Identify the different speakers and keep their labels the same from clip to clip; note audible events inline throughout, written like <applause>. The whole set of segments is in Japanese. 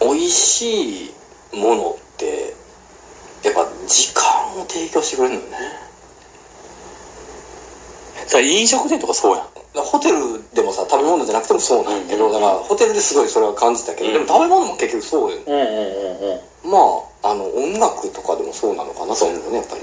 Speaker 1: 美味しいものってやっぱ時間を提供してくれるのよね
Speaker 2: だから飲食店とかそうやん
Speaker 1: だからホテルでもさ食べ物じゃなくてもそうなんやけど、
Speaker 2: うん
Speaker 1: だからホテルですごいそれは感じたけど、
Speaker 2: うん
Speaker 1: でも食べ物も結局そうよ
Speaker 2: うんうんうんうん
Speaker 1: まああの音楽とかでもそうなのかなと思うよねやっぱり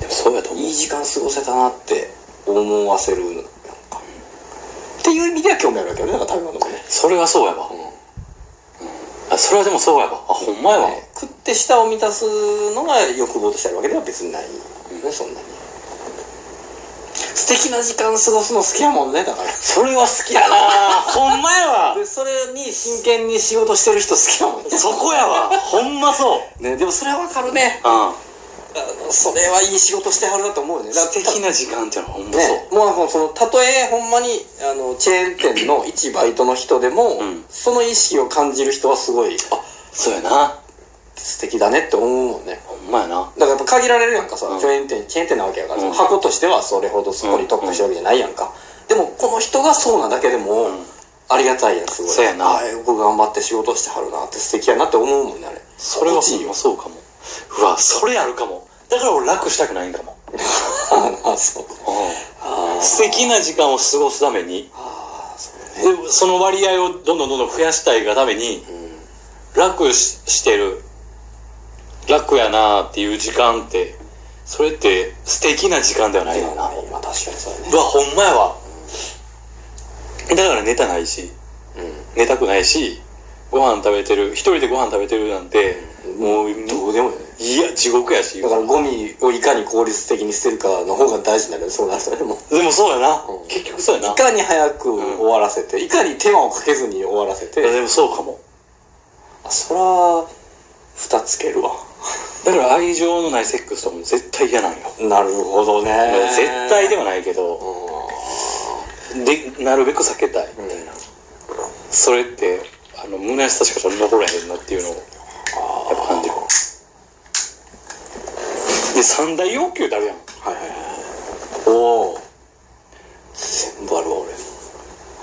Speaker 2: でもそうやと思う
Speaker 1: いい時間過ごせたなって思わせるなんかっていう意味では興味あるわけよねなんか食べ物もね、
Speaker 2: それはそうやわ
Speaker 1: うん
Speaker 2: あそれはでもそうやわあほんまやわ、
Speaker 1: ね食って舌を満たすのが欲望としてあるわけでは別にないよねそんなに素敵な時間過ごすの好きやもんねだから
Speaker 2: それは好きやなほんまやわ
Speaker 1: <laughs> でそれに真剣に仕事してる人好きや <laughs> もんね
Speaker 2: <laughs> そこやわほんまそう
Speaker 1: ねでもそれはわかるね
Speaker 2: う
Speaker 1: あのそれはいい仕事してはるなと思うよね
Speaker 2: ん
Speaker 1: だから
Speaker 2: 素敵な時間ってのはほんまそう、
Speaker 1: ね、もうなんかそのたとえほんまにあのチェーン店の一バイトの人でも、
Speaker 2: うん
Speaker 1: その意識を感じる人はすごいあ
Speaker 2: あそうやな
Speaker 1: 素敵だねって思うもんね
Speaker 2: ほんまやな
Speaker 1: だからやっぱ限られるやんかさ、
Speaker 2: うん
Speaker 1: チェーン店チェーン店なわけやからさ、
Speaker 2: うん
Speaker 1: 箱としてはそれほどそこに特化してるわけじゃないやんか、でもこの人がそうなだけでも、
Speaker 2: ん
Speaker 1: ありがたいやんすごい
Speaker 2: そうやな
Speaker 1: あよく頑張って仕事してはるなって素敵やなって思うもんねあれ
Speaker 2: それは
Speaker 1: 心地いい
Speaker 2: ほん
Speaker 1: よ
Speaker 2: まそうかもうわそれあるかもだから俺楽したくないんかも、
Speaker 1: ああそう
Speaker 2: うん、素敵な時間を過ごすために
Speaker 1: ああそうね
Speaker 2: でその割合をどんどんどんどん増やしたいがために
Speaker 1: うん
Speaker 2: 楽ししてる楽やなーっていう時間ってそれって素敵な時間ではないよな
Speaker 1: 今確かにそうやね
Speaker 2: うわほんまやわだからネタないし寝たくないしご飯食べてる一人でご飯食べてるなんて
Speaker 1: うん
Speaker 2: もう
Speaker 1: うんどうでもいいよね
Speaker 2: いや地獄やし
Speaker 1: だからゴミをいかに効率的に捨てるかの方が大事になるよそうなったらでも
Speaker 2: でもそうやな、
Speaker 1: うん
Speaker 2: 結局そうやない
Speaker 1: かに早く終わらせて、いかに手間をかけずに終わらせ
Speaker 2: いや
Speaker 1: て、
Speaker 2: でもそうかも
Speaker 1: あそら蓋つけるわ
Speaker 2: だから愛情のないセックスとかも絶対嫌なんよ、
Speaker 1: なるほどね
Speaker 2: 絶対で
Speaker 1: も
Speaker 2: はないけどでなるべく避けたい
Speaker 1: うんあ
Speaker 2: それってあの虚しさしか残らへんなっていうのをやっぱ感じるで三大要求ってあるやん
Speaker 1: ーはいはいはいおお全部あるわ俺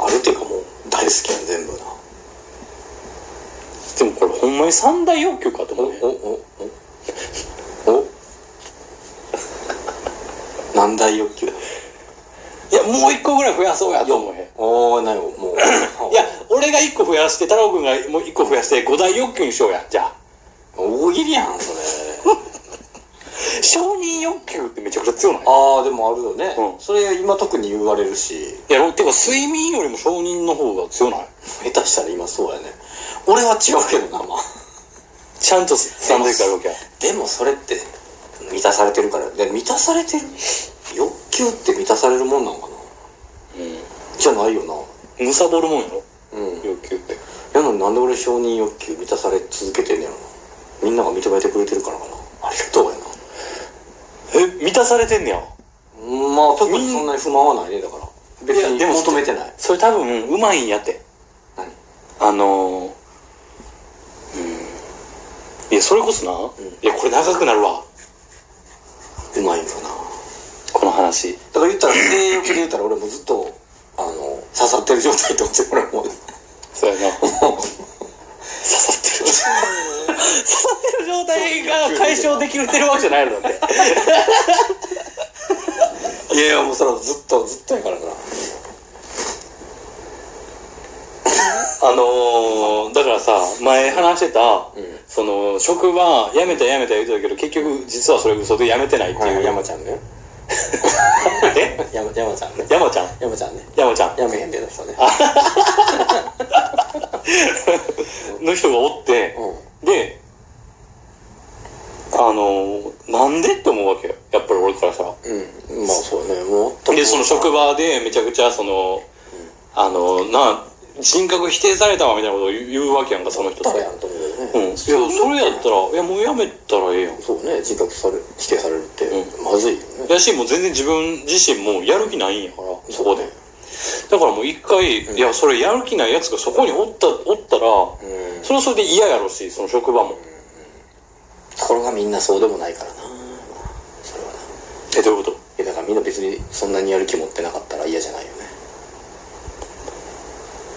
Speaker 1: あるっていうかもう大好きやん全部な
Speaker 2: でもこれほんまに三大要求かと
Speaker 1: お
Speaker 2: 思うね
Speaker 1: おおおお何大欲求
Speaker 2: いやもう一個ぐらい増やそうやと思うへん
Speaker 1: おおなよも <coughs> う
Speaker 2: いや俺が一個増やして太郎くんがもう一個増やして五大欲求にしようやじゃあ
Speaker 1: 大喜利やんそれ
Speaker 2: 承認欲求ってめちゃくちゃ強ない
Speaker 1: <laughs> ああでもあるよね、
Speaker 2: うん
Speaker 1: それ今特に言われるし
Speaker 2: いやてか睡眠よりも承認の方が強ない
Speaker 1: 下手したら今そうやね俺は違うけどなまあ
Speaker 2: ちゃんと三大欲求あるわけや
Speaker 1: でもそれって満たされてるからで満たされてる欲求って満たされるもんなんかなじゃないよな
Speaker 2: うんむさぼるもんやろ
Speaker 1: うんや
Speaker 2: 欲求って
Speaker 1: のになんで俺承認欲求満たされ続けてんねやろなみんなが認めてくれてるからかなありがとうやな
Speaker 2: え満たされてんねや
Speaker 1: うんまあ特にそんなに不満はないねだから別
Speaker 2: いや
Speaker 1: に
Speaker 2: でも
Speaker 1: 求めてない
Speaker 2: それ多分うまいんやって
Speaker 1: 何
Speaker 2: あのー、うんいやそれこそな、
Speaker 1: ん
Speaker 2: いやこれ長くなるわ
Speaker 1: うまいんかな
Speaker 2: この話
Speaker 1: だから言ったら性欲で言ったら俺もずっとあの刺さってる状態ってことで俺もう
Speaker 2: そうやな刺さってる <laughs> 刺さってる状態が解消できるてるわけじゃないのだって
Speaker 1: いやいやもうそれはずっとずっとやからな
Speaker 2: あのー、だからさ前話してた、
Speaker 1: ん
Speaker 2: その職場辞めた辞めた言うてたけど結局実はそれ嘘で辞めてないっていう、
Speaker 1: 山ちゃんね
Speaker 2: え
Speaker 1: 山山ちゃんね
Speaker 2: 山ちゃん
Speaker 1: 山ちゃんね
Speaker 2: 山ちゃん
Speaker 1: やめへんでの人ね
Speaker 2: の人がおって、
Speaker 1: う
Speaker 2: であのー、なんでって思うわけよやっぱり俺からしたら
Speaker 1: ん、うん、まあそうねもっと
Speaker 2: でその職場でめちゃくちゃその、あのな人格否定されたわみたいなことを言う言うわけやんかその人
Speaker 1: だ
Speaker 2: っ
Speaker 1: ら
Speaker 2: て
Speaker 1: やんと思うよね
Speaker 2: うんいやそれやったらいやもうやめたらええやん
Speaker 1: そうね人格され否定されるって、
Speaker 2: う
Speaker 1: まずいよね
Speaker 2: やしもう全然自分自身もやる気ないんやからそこでだからもう一回、いやそれやる気ないやつがそこにおったおったら、
Speaker 1: うん
Speaker 2: それはそれで嫌やろしその職場も、
Speaker 1: ところがみんなそうでもないからなそれはな
Speaker 2: えどういうこと
Speaker 1: いやだからみんな別にそんなにやる気持ってなかったら嫌じゃないよね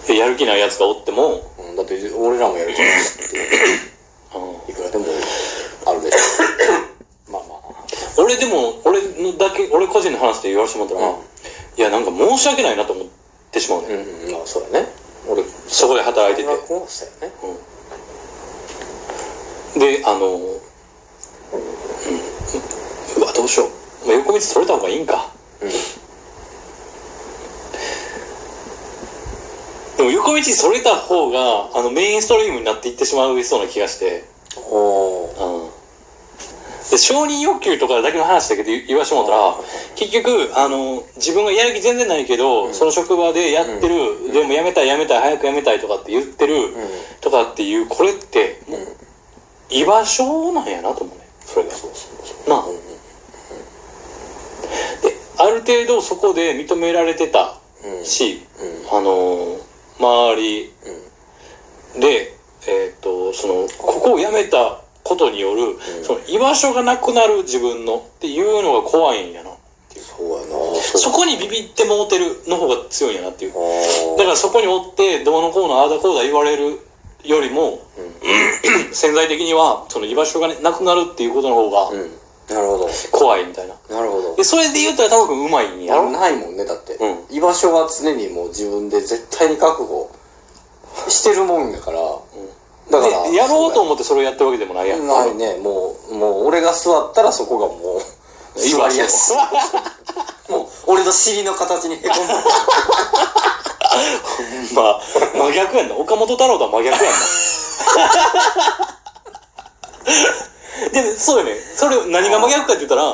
Speaker 2: えやる気ないやつがおっても
Speaker 1: うん、だって俺らもやるじゃない
Speaker 2: <laughs>
Speaker 1: いくらでもあるでしょまあまあ
Speaker 2: 俺でも俺のだけ俺個人の話で言わせてもらったら、
Speaker 1: うん
Speaker 2: いやなんか申し訳ないなと思ってしまうね、
Speaker 1: うんまあそうだね俺
Speaker 2: そこで働いてて、
Speaker 1: 大学もそうだよね
Speaker 2: うんであの、うん、うわどうしようまあ横道取れた方がいいんかでも横道それた方があのメインストリームになっていってしまうそうな気がして、
Speaker 1: うんおお
Speaker 2: うん、で承認欲求とかだけの話だけで言わしてもらったら結局あの自分がやる気全然ないけど、
Speaker 1: ん
Speaker 2: その職場でやってる、
Speaker 1: ん
Speaker 2: でもやめたいやめたい早くやめたいとかって言ってる、
Speaker 1: ん
Speaker 2: とかっていうこれってもう居場所なんやなと思うねそれが
Speaker 1: そうそうそう
Speaker 2: なあである程度そこで認められてた
Speaker 1: うん
Speaker 2: し、
Speaker 1: うん
Speaker 2: あのー周りで、えっとそのここを辞めたことによる、その居場所がなくなる自分のっていうのが怖いんやな
Speaker 1: そうやな
Speaker 2: そうこにビビってもうてるの方が強いんやなっていう
Speaker 1: あー
Speaker 2: だからそこにおってどうのこうのああだこうだ言われるよりも、 <clears throat> 潜在的にはその居場所がねなくなるっていうことの方が
Speaker 1: うんなるほど
Speaker 2: 怖いみたいな、
Speaker 1: なるほど
Speaker 2: でそれで言ったら多分うまいんやろ
Speaker 1: ないもんねだって、
Speaker 2: う
Speaker 1: 居場所は常にもう自分で絶対に覚悟してるもんだから、だから
Speaker 2: でやろうと
Speaker 1: 思
Speaker 2: 思ってそれをやってるわけでもないやん
Speaker 1: ないねもうもう俺が座ったらそこがもう <laughs>
Speaker 2: 居場
Speaker 1: 座
Speaker 2: 所
Speaker 1: りやすいもう俺の尻の形にへこむ
Speaker 2: まあ真逆やんな岡本太郎とは真逆や
Speaker 1: <laughs>
Speaker 2: んなでそうよねそれ何が真逆かって言ったら
Speaker 1: ん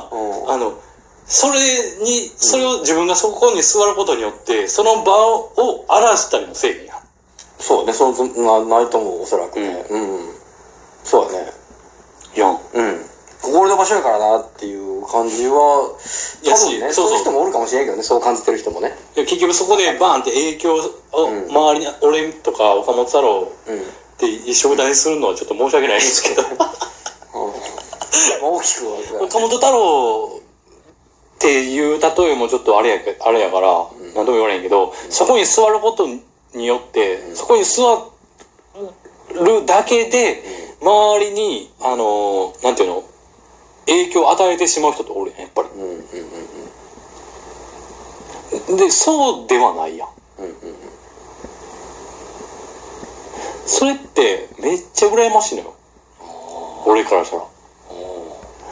Speaker 2: あのそれにそれを自分がそこに座ることによってその場を荒らしたりもせえへんやん
Speaker 1: そうねそのなないと思うおそらくねうん、そうだね
Speaker 2: や
Speaker 1: う
Speaker 2: ん
Speaker 1: ん俺の場所やからなっていう感じは多
Speaker 2: やし
Speaker 1: 分ね
Speaker 2: そうそ
Speaker 1: そうい
Speaker 2: う
Speaker 1: う人もおるかもしれんけどねそう感じてる人もね
Speaker 2: で結局そこでバーンって影響を
Speaker 1: うん
Speaker 2: 周りに、俺とか岡本太郎
Speaker 1: うん
Speaker 2: って一緒歌にするのはちょっと申し訳ないですけど
Speaker 1: 大きくは分けたら
Speaker 2: 岡本太郎っていう例えもちょっとあれやけあれやから何とも言われへんけど、そこに座ることによって、そこに座るだけで周りにあのーなんていうの影響を与えてしまう人っておるやんやっぱ
Speaker 1: うんうんうんうん
Speaker 2: りでそうではないやん
Speaker 1: うんうん
Speaker 2: それってめっちゃ羨ましいのよ俺からしたら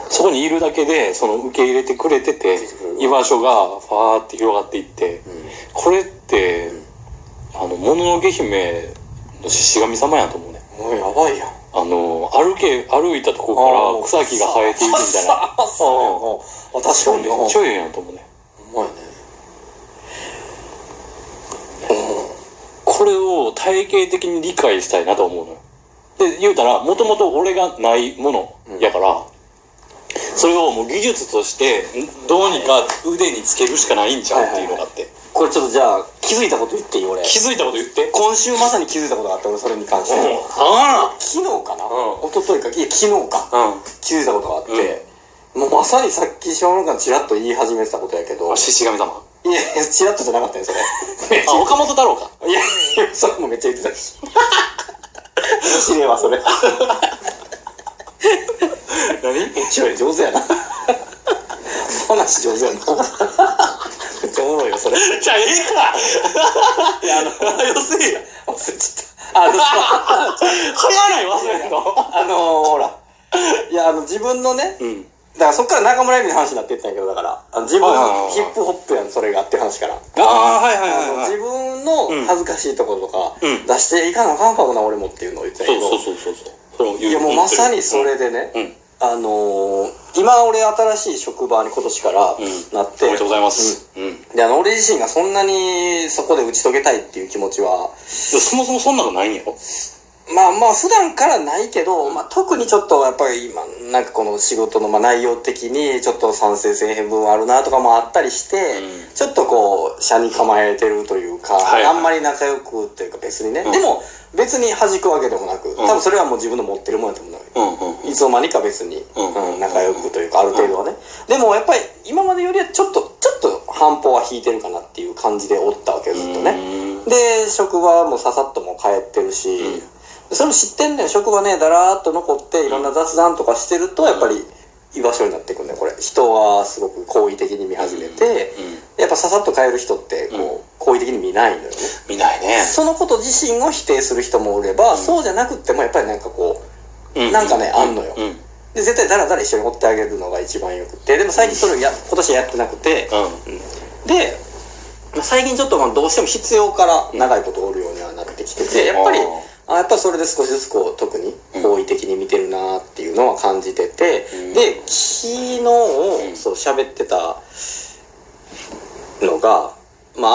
Speaker 2: そこにいるだけでその受け入れてくれてて居場所がファーって広がっていって、これってあの「もののけ姫」の獅子神様やと思うね
Speaker 1: もうやばいやん
Speaker 2: あの歩け歩いたとこから草木が生えていくみたいな
Speaker 1: あそうあ確かに
Speaker 2: めっちゃええやんと思うね
Speaker 1: うまいね
Speaker 2: これを体系的に理解したいなと思うのよ。で、言うたら、もともと俺がないものやから、それをもう技術として、どうにか腕につけるしかないんちゃうっていうのがあって。
Speaker 1: これちょっとじゃあ気づいたこと言っていい俺
Speaker 2: 気づいたこと言って。
Speaker 1: 今週まさに気づいたことがあって俺それに関して
Speaker 2: あ
Speaker 1: 昨日かな
Speaker 2: う
Speaker 1: 一昨日かいや昨日か
Speaker 2: あうん。
Speaker 1: 気づいたことがあってもうまさにさっき島村君がちらっと言い始めてたことやけど
Speaker 2: あ、獅子神様。
Speaker 1: いやいやちらっとじゃなかったよそれ
Speaker 2: あ、岡本太郎か。
Speaker 1: いやいや、それもめっちゃ言ってたし。知れはそれ。
Speaker 2: 何
Speaker 1: めっちゃ上手やな。話上手やな。めっちゃおもろいよ、それ。
Speaker 2: じゃあ、ええ
Speaker 1: いや、あの、忘れ
Speaker 2: かよせえや。
Speaker 1: ちゃった。あの
Speaker 2: 早ない忘れんの。
Speaker 1: あのー、ほら。いや、あの、自分のね、
Speaker 2: うん。
Speaker 1: だからそっから中村ゆみの話になっていったんやけど、だから、あの自分のヒップホップやん、それがっていう話から。
Speaker 2: ああ、はいはい
Speaker 1: あの
Speaker 2: はいは
Speaker 1: 自
Speaker 2: い。
Speaker 1: 分の恥ずかしいところとか、
Speaker 2: うん
Speaker 1: 出していかなあかんかもな、俺もっていうのを言ってたけ
Speaker 2: そう
Speaker 1: ど。
Speaker 2: そうそうそうそう。それを言
Speaker 1: いや、もうまさにそ。れ
Speaker 2: ん
Speaker 1: でね、
Speaker 2: うん。
Speaker 1: あのー、今俺新しい職場に今年からなって、
Speaker 2: おめでとうございます。うん。
Speaker 1: うんであの俺自身がそんなにそこで打ち解けたいっていう気持ちは
Speaker 2: でそもそもそんなのないんやろ
Speaker 1: まあまあ普段からないけど、まあ、特にちょっとやっぱり今なんかこの仕事のまあ内容的にちょっと賛成せえへん分あるなとかもあったりして、
Speaker 2: う
Speaker 1: ちょっとこう斜に構えてるというか、
Speaker 2: はいはい
Speaker 1: あんまり仲良くっていうか別にね、
Speaker 2: うん
Speaker 1: でも別に弾くわけでもなく多分それはもう自分の持ってるもんやと思うのよ
Speaker 2: うんうん
Speaker 1: いつの間にか別に、
Speaker 2: うん
Speaker 1: うん仲良くというかある程度はね、でもやっぱり今までよりはちょっとちょっと半歩は引いてるかなっていう感じでおったわけよずっとね、
Speaker 2: ね
Speaker 1: で、職場もささっともう帰ってるし、
Speaker 2: うん
Speaker 1: それも知ってんねん。職場ね、だらーっと残って、いろんな雑談とかしてると、やっぱり居場所になってくんだよ、これ。人はすごく好意的に見始めて、やっぱささっと帰る人って、こう、好意的に見ないのよね。
Speaker 2: 見ないね。
Speaker 1: そのこと自身を否定する人もおれば、
Speaker 2: うん
Speaker 1: そうじゃなくっても、やっぱりなんかこう、
Speaker 2: う
Speaker 1: なんかねあんのよ
Speaker 2: うん。うん。
Speaker 1: で絶対だらだら一緒に追ってあげるのが一番よくて、でも最近それをや、今年やってなくて、で、まあ最近ちょっとまあどうしても必要から長いことおるようにはなってきてて、やっぱり
Speaker 2: あー、
Speaker 1: あやっぱりそれで少しずつこう特に
Speaker 2: うん
Speaker 1: 好意的に見てるなっていうのは感じてて、
Speaker 2: うん
Speaker 1: で、昨日
Speaker 2: うん
Speaker 1: そう喋ってたのが、